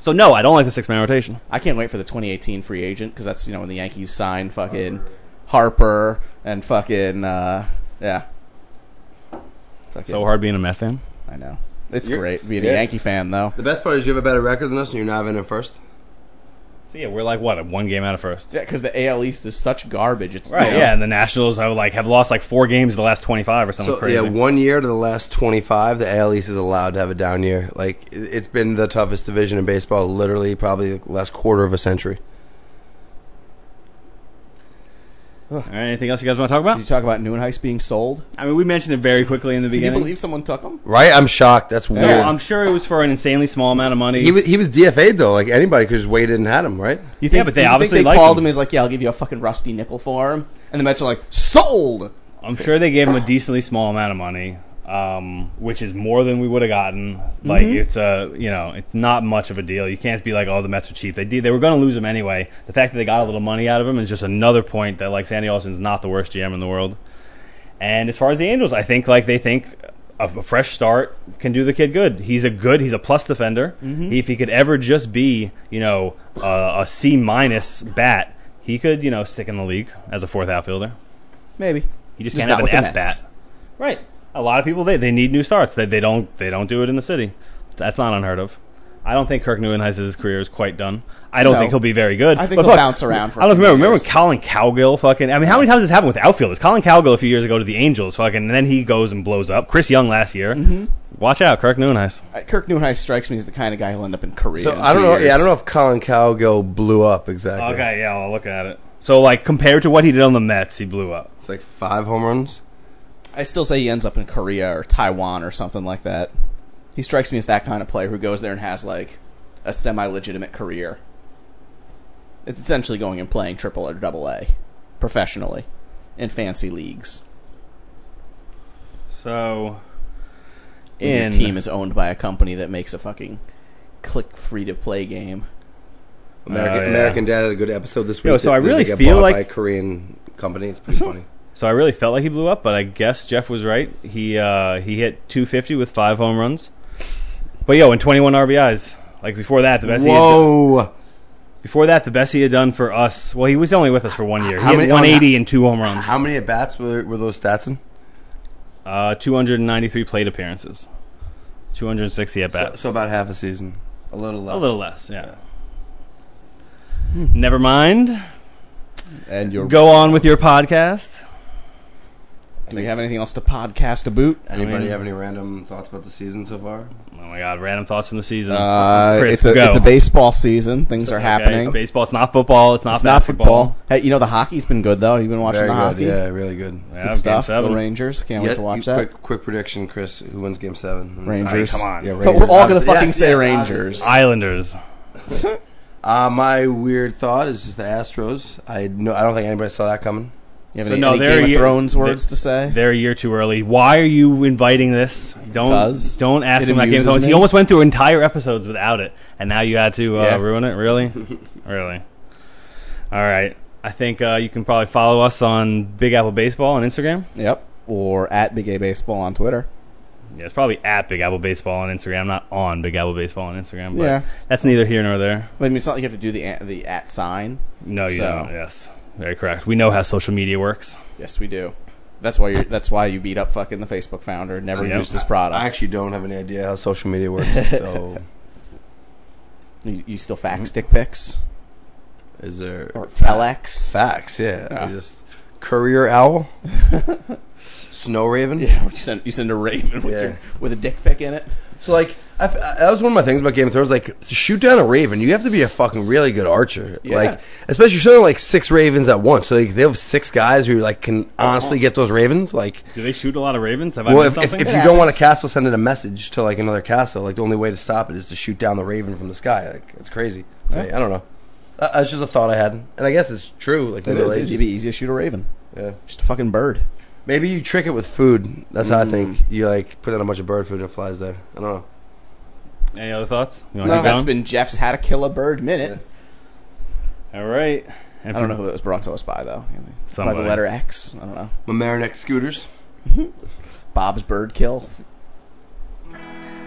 Speaker 1: So no, I don't like the six man rotation.
Speaker 2: I can't wait for the 2018 free agent because that's you know when the Yankees sign fucking Harper and fucking uh, yeah. Fucking-
Speaker 1: So hard being a Met fan.
Speaker 2: I know. It's
Speaker 3: You're-
Speaker 2: great being
Speaker 3: yeah.
Speaker 2: a Yankee fan though.
Speaker 3: The best part is you have a better record than us, and you're not even in first.
Speaker 1: So yeah, we're like what one game out of first.
Speaker 2: Yeah, because the AL East is such garbage. It's
Speaker 1: Right. Yeah, and the Nationals have like have lost like four games in the last 25 or something
Speaker 3: So
Speaker 1: crazy.
Speaker 3: yeah, one year to the last 25, the AL East is allowed to have a down year. Like it- it's been the toughest division in baseball, literally probably the last quarter of a century.
Speaker 1: All right, anything else you guys want to talk
Speaker 2: Did you
Speaker 1: about?
Speaker 2: talk about Nuenheis being sold?
Speaker 1: I mean, we mentioned it very quickly in the
Speaker 2: Can you
Speaker 1: beginning.
Speaker 2: believe someone took him?
Speaker 3: Right? I'm shocked. That's
Speaker 1: No,
Speaker 3: weird.
Speaker 1: I'm sure it was for an insanely small amount of money.
Speaker 3: he was he was DFA'd though. Like anybody could just wait in and had him, right?
Speaker 1: you think, yeah, but they
Speaker 2: you
Speaker 1: obviously
Speaker 2: think they
Speaker 1: liked
Speaker 2: called
Speaker 1: him.
Speaker 2: him. He's like, yeah, I'll give you a fucking rusty nickel for him. And the Mets are like, sold.
Speaker 1: I'm sure they gave him a decently small amount of money, um, which is more than we would have gotten. Like
Speaker 2: Mhm.
Speaker 1: it's a, you know, it's not much of a deal. You can't be like, oh, the Mets are cheap. They did, they were going to lose him anyway. The fact that they got a little money out of him is just another point that like Sandy Alston's not the worst GM in the world. And as far as the Angels, I think like they think a, a fresh start can do the kid good. He's a good, he's a plus defender.
Speaker 2: Mm-hmm.
Speaker 1: If he could ever just be, you know, a, a C minus bat, he could, you know, stick in the league as a fourth outfielder.
Speaker 2: Maybe.
Speaker 1: You just,
Speaker 2: Just
Speaker 1: can't have
Speaker 2: not
Speaker 1: an
Speaker 2: with
Speaker 1: F
Speaker 2: the Mets.
Speaker 1: bat. Right. A lot of people they, they need new starts. They, they don't they don't do it in the city. That's not unheard of. I don't think Kirk Neuenhuis's career is quite done. I don't
Speaker 2: No.
Speaker 1: think he'll be very good.
Speaker 2: I think
Speaker 1: But
Speaker 2: he'll
Speaker 1: fuck,
Speaker 2: bounce around for
Speaker 1: I don't
Speaker 2: a few
Speaker 1: remember. Remember when
Speaker 2: years.
Speaker 1: Colin Cowgill fucking? I mean, how many times has this happened with outfielders? Colin Cowgill a few years ago to the Angels, fucking, and then he goes and blows up. Chris Young last year.
Speaker 2: Mhm.
Speaker 1: Watch out, Kirk Neuenhuis.
Speaker 2: Uh, Kirk Neuheis strikes me as the kind of guy who'll end up in Korea.
Speaker 3: So
Speaker 2: in
Speaker 3: I don't
Speaker 2: two
Speaker 3: know.
Speaker 2: Years.
Speaker 3: Yeah, I don't know if Colin Cowgill blew up exactly.
Speaker 1: Okay, yeah, I'll look at it. So like compared to what he did on the Mets, he blew up.
Speaker 3: It's like five home runs.
Speaker 2: I still say he ends up in Korea or Taiwan or something like that. He strikes me as that kind of player who goes there and has like a semi-legitimate career. It's essentially going and playing triple or double A professionally in fancy leagues.
Speaker 1: So
Speaker 2: When
Speaker 1: in
Speaker 2: your team is owned by a company that makes a fucking click free to play game.
Speaker 3: American,
Speaker 1: Oh, yeah.
Speaker 3: American Dad had a good episode this week.
Speaker 1: Yo, so
Speaker 3: that-
Speaker 1: I
Speaker 3: that they
Speaker 1: really
Speaker 3: get
Speaker 1: feel
Speaker 3: bought
Speaker 1: like-
Speaker 3: by a Korean company. It's pretty funny.
Speaker 1: So I really felt like he blew up, but I guess Jeff was right. He uh, he hit 250 with five home runs. But yo, and 21 RBIs. Like before that, the best he had,
Speaker 3: Whoa!
Speaker 1: before that the best he had done for us. Well, he was only with us for one year. He
Speaker 3: How
Speaker 1: had
Speaker 3: many-
Speaker 1: 180 and two home runs.
Speaker 3: How many at bats were, were those stats in?
Speaker 1: Uh, 293 plate appearances. 260 at
Speaker 3: So,
Speaker 1: bats.
Speaker 3: so about half a season. A little less.
Speaker 1: A little less, yeah. Never mind.
Speaker 2: And your
Speaker 1: Go on with your podcast.
Speaker 2: do we have anything else to podcast about?
Speaker 3: Anybody
Speaker 1: I mean-
Speaker 3: have any random thoughts about the season so far?
Speaker 1: Oh my God! Random thoughts from the season.
Speaker 2: Uh,
Speaker 1: Chris,
Speaker 2: it's a
Speaker 1: go.
Speaker 2: it's a baseball season. Things are
Speaker 1: Okay,
Speaker 2: happening.
Speaker 1: It's baseball. It's not football. It's not
Speaker 2: It's not
Speaker 1: basketball.
Speaker 2: football. Hey, you know the hockey's been good though. You've been watching
Speaker 3: Very
Speaker 2: the
Speaker 3: good.
Speaker 2: hockey.
Speaker 3: Yeah, really good.
Speaker 1: Yeah,
Speaker 2: Good
Speaker 1: game
Speaker 2: stuff. Go
Speaker 1: seven.
Speaker 2: Rangers. Can't
Speaker 3: Yeah,
Speaker 2: wait to watch
Speaker 3: you-
Speaker 2: that.
Speaker 3: Quick, quick prediction, Chris. Who wins Game Seven?
Speaker 2: Rangers.
Speaker 1: Come on.
Speaker 3: Yeah,
Speaker 2: But
Speaker 3: Rangers.
Speaker 2: we're all gonna
Speaker 3: Obviously-
Speaker 2: fucking
Speaker 3: yes,
Speaker 2: say
Speaker 3: yes,
Speaker 2: Rangers.
Speaker 1: Islanders.
Speaker 3: Uh, my weird thought is just the Astros. I no, I don't think anybody saw that coming.
Speaker 2: You have
Speaker 1: So
Speaker 2: any,
Speaker 1: no,
Speaker 2: any
Speaker 1: they're
Speaker 2: Game
Speaker 1: you-
Speaker 2: of Thrones
Speaker 1: they-
Speaker 2: words to say?
Speaker 1: They're a year too early. Why are you inviting this? Don't
Speaker 2: Because
Speaker 1: don't ask
Speaker 2: it
Speaker 1: him about Game of
Speaker 2: amuses
Speaker 1: Thrones. He
Speaker 2: me.
Speaker 1: almost went through entire episodes without it, and now you had to uh,
Speaker 2: Yeah.
Speaker 1: ruin it. Really, really. All right. I think uh, you can probably follow us on Big Apple Baseball on Instagram.
Speaker 2: Yep. Or at Big A Baseball on Twitter.
Speaker 1: Yeah, it's probably at Big Apple Baseball on Instagram. I'm not on Big Apple Baseball on Instagram, but
Speaker 2: Yeah.
Speaker 1: that's neither here nor there.
Speaker 2: I mean, it's not like you have to do the at, the at sign.
Speaker 1: No, you
Speaker 2: So-
Speaker 1: don't. Yes, very correct. We know how social media works.
Speaker 2: Yes, we do. That's why you that's why you beat up fucking the Facebook founder. and Never
Speaker 1: Yep.
Speaker 2: used his product.
Speaker 3: Uh, I actually don't have any idea how social media works. So,
Speaker 2: you, you still fax dick pics
Speaker 3: is there
Speaker 2: or telex?
Speaker 3: facts? Yeah, I
Speaker 2: Yeah.
Speaker 3: just Courier Owl, Snow Raven.
Speaker 2: Yeah, you send you send a raven with
Speaker 3: Yeah.
Speaker 2: your, with a dick pic in it.
Speaker 3: So like, I, I- that was one of my things about Game of Thrones. Like, to shoot down a raven, you have to be a fucking really good archer.
Speaker 2: Yeah.
Speaker 3: Like, especially shooting like six ravens at once. So like, they have six guys who like can honestly get those ravens. Like,
Speaker 1: Do they shoot a lot of ravens? Have I
Speaker 3: well,
Speaker 1: missed
Speaker 3: if, if,
Speaker 1: something?
Speaker 3: if
Speaker 2: It
Speaker 3: you don't want a
Speaker 2: happens.
Speaker 3: castle sending a message to like another castle, like the only way to stop it is to shoot down the raven from the sky. Like, it's crazy. So,
Speaker 2: Yeah.
Speaker 3: I don't know. Uh, it's just a thought I had, and I guess it's true. Like
Speaker 2: It
Speaker 3: middle
Speaker 2: is.
Speaker 3: ages.
Speaker 2: It'd be easier to shoot a raven.
Speaker 3: Yeah.
Speaker 2: Just a fucking bird.
Speaker 3: Maybe you trick it with food. That's how I
Speaker 2: Mm.
Speaker 3: think. You like put in a bunch of bird food and it flies there. I don't know.
Speaker 1: Any other thoughts? You
Speaker 2: That's
Speaker 1: wanna keep going?
Speaker 2: been Jeff's How to Kill a Bird Minute.
Speaker 1: All right. And
Speaker 2: I don't
Speaker 1: for-
Speaker 2: know who it was brought to us by, though. By
Speaker 1: Somebody.
Speaker 2: the letter X. I don't know.
Speaker 3: My Marinex scooters.
Speaker 2: Bob's Bird Kill. Bob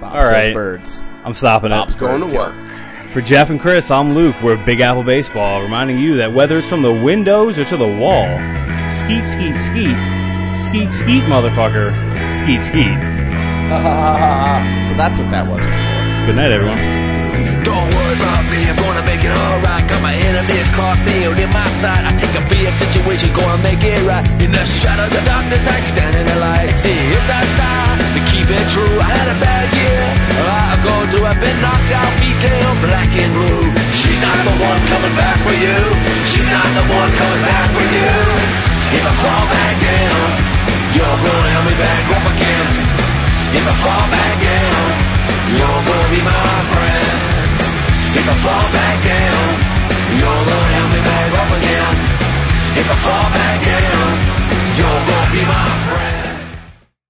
Speaker 1: All
Speaker 2: kills
Speaker 1: right.
Speaker 2: birds.
Speaker 1: I'm stopping
Speaker 2: Bob's
Speaker 1: it.
Speaker 3: Going to
Speaker 2: Bird kill.
Speaker 3: work.
Speaker 1: For Jeff and Chris, I'm Luke. We're Big Apple Baseball, reminding you that whether it's from the windows or to the wall, skeet, skeet, skeet, skeet, skeet, motherfucker, skeet, skeet.
Speaker 2: so that's what that was before.
Speaker 1: Good night, everyone.
Speaker 4: Don't worry about me, I'm gonna make it alright. Got my enemies crossed nailed in my side. I take a beer situation, gonna make it right. In the shadow, the darkness, I stand in the light. See, it's our style to keep it true. I had a bad year, I'll go through. I've been knocked out, beat down, black and blue. She's not the one coming back for you. She's not the one coming back for you. If I fall back down, you're gonna help me back up again. If I fall back down, you're gonna be my friend. If I fall back down, you're gonna help me back up again. If I fall back down, you're gonna be my friend.